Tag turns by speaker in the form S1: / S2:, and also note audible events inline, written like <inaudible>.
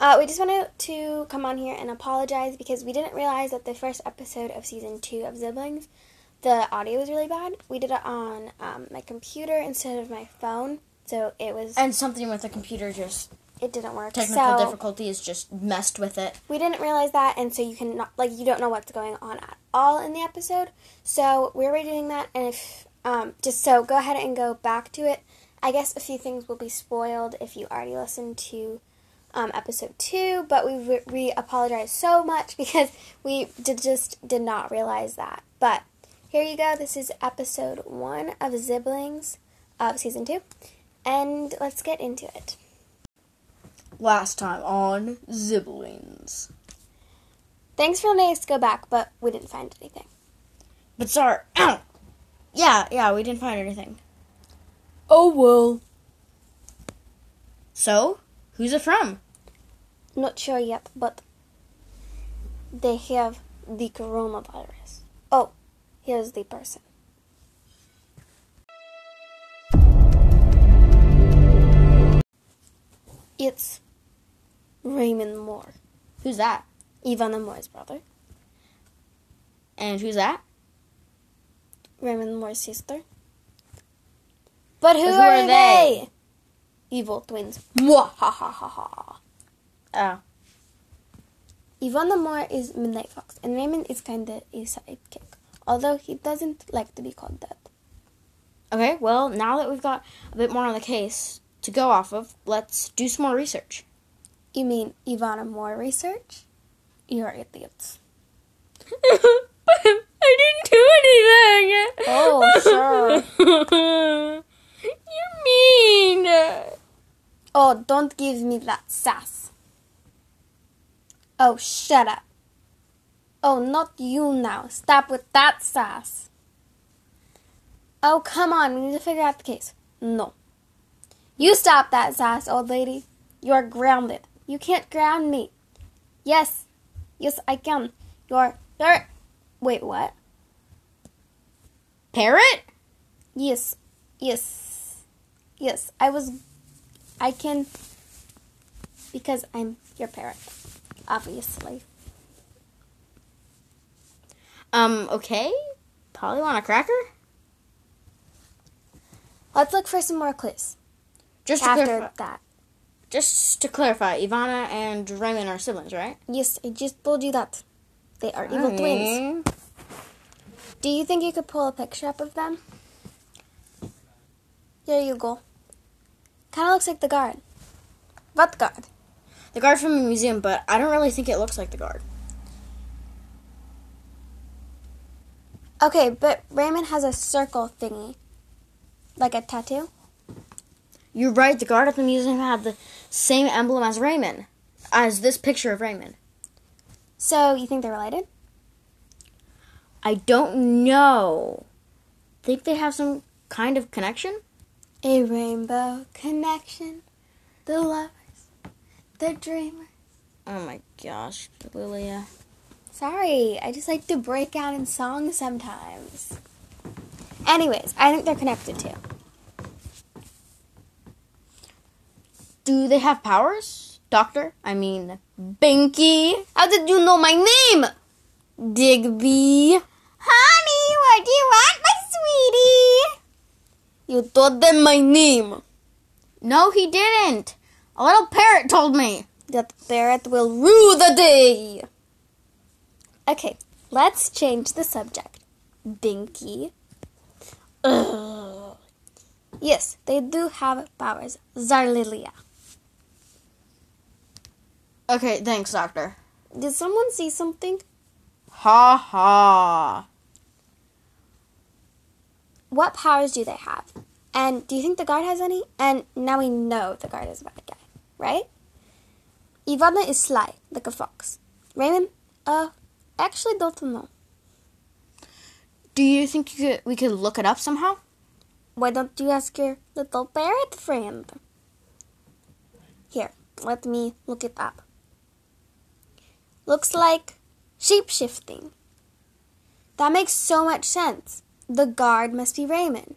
S1: Uh, we just wanted to come on here and apologize because we didn't realize that the first episode of season two of Siblings, the audio was really bad. We did it on um, my computer instead of my phone, so it was
S2: And something with the computer just
S1: it didn't work.
S2: technical
S1: so
S2: difficulties just messed with it.
S1: we didn't realize that, and so you can not like you don't know what's going on at all in the episode. So we're redoing that, and if um, just so go ahead and go back to it. I guess a few things will be spoiled if you already listened to um, episode two, but we re- we apologize so much <laughs> because we did, just did not realize that. But here you go. This is episode one of Ziblings of season two, and let's get into it.
S2: Last time on Ziblings.
S1: Thanks for letting us go back, but we didn't find anything.
S2: But sorry, <clears throat> ow! Yeah, yeah, we didn't find anything.
S1: Oh well.
S2: So, who's it from?
S1: Not sure yet, but they have the coronavirus. Oh, here's the person. It's Raymond Moore,
S2: Who's that?
S1: Ivana Moore's brother,
S2: And who's that?
S1: Raymond Moore's sister. But who,
S2: But
S1: are, they? Evil twins.
S2: Mwah!
S1: Ha ha ha ha.
S2: Oh.
S1: Ivana Moore is Midnight Fox, and Raymond is kinda a sidekick, although he doesn't like to be called that.
S2: Okay, well, now that we've got a bit more on the case to go off of, let's do some more research.
S1: You mean Ivana Moore research? You're idiots.
S2: <laughs> I didn't do anything!
S1: Oh, sure.
S2: <laughs> You're mean! uh,
S1: Oh, don't give me that sass. Oh, shut up. Oh, not you now. Stop with that sass. Oh, come on. We need to figure out the case. No. You stop that sass, old lady. You're grounded. You can't ground me. Yes. Yes, I can. You're. You're. Wait, what?
S2: Parrot?
S1: Yes, yes, yes. I was, I can, because I'm your parent, obviously.
S2: Um, okay. Polly want a cracker?
S1: Let's look for some more clues
S2: Just to,
S1: after
S2: clarify,
S1: that.
S2: just to clarify, Ivana and Raymond are siblings, right?
S1: Yes, I just told you that. They are evil twins.
S2: Mm-hmm.
S1: Do you think you could pull a picture up of them? Here you go. Kind of looks like the guard. What guard?
S2: The guard from the museum, but I don't really think it looks like the guard.
S1: Okay, but Raymond has a circle thingy, like a tattoo.
S2: You're right, the guard at the museum had the same emblem as Raymond, as this picture of Raymond.
S1: So you think they're related?
S2: I don't know. Think they have some kind of connection?
S1: A rainbow connection, the lovers, the dreamer.
S2: Oh my gosh, Lilia.
S1: Sorry, I just like to break out in song sometimes. Anyways, I think they're connected too.
S2: Do they have powers? Doctor? I mean, Binky?
S1: How did you know my name?
S2: Digby?
S1: Honey, what do you want, my sweetie?
S2: You told them my name. No, he didn't. A little parrot told me.
S1: That parrot will rue the day. Okay, let's change the subject. Binky. Ugh. Yes, they do have powers. Zarlilia.
S2: Okay, thanks, Doctor.
S1: Did someone see something?
S2: Ha ha.
S1: What powers do they have? And do you think the guard has any? And now we know the guard is a bad guy, right? Ivana is sly, like a fox. Raymond? Uh, actually don't know.
S2: Do you think you could, we could look it up somehow?
S1: Why don't you ask your little parrot friend? Here, let me look it up. Looks like shape shifting. That makes so much sense. The guard must be Raymond.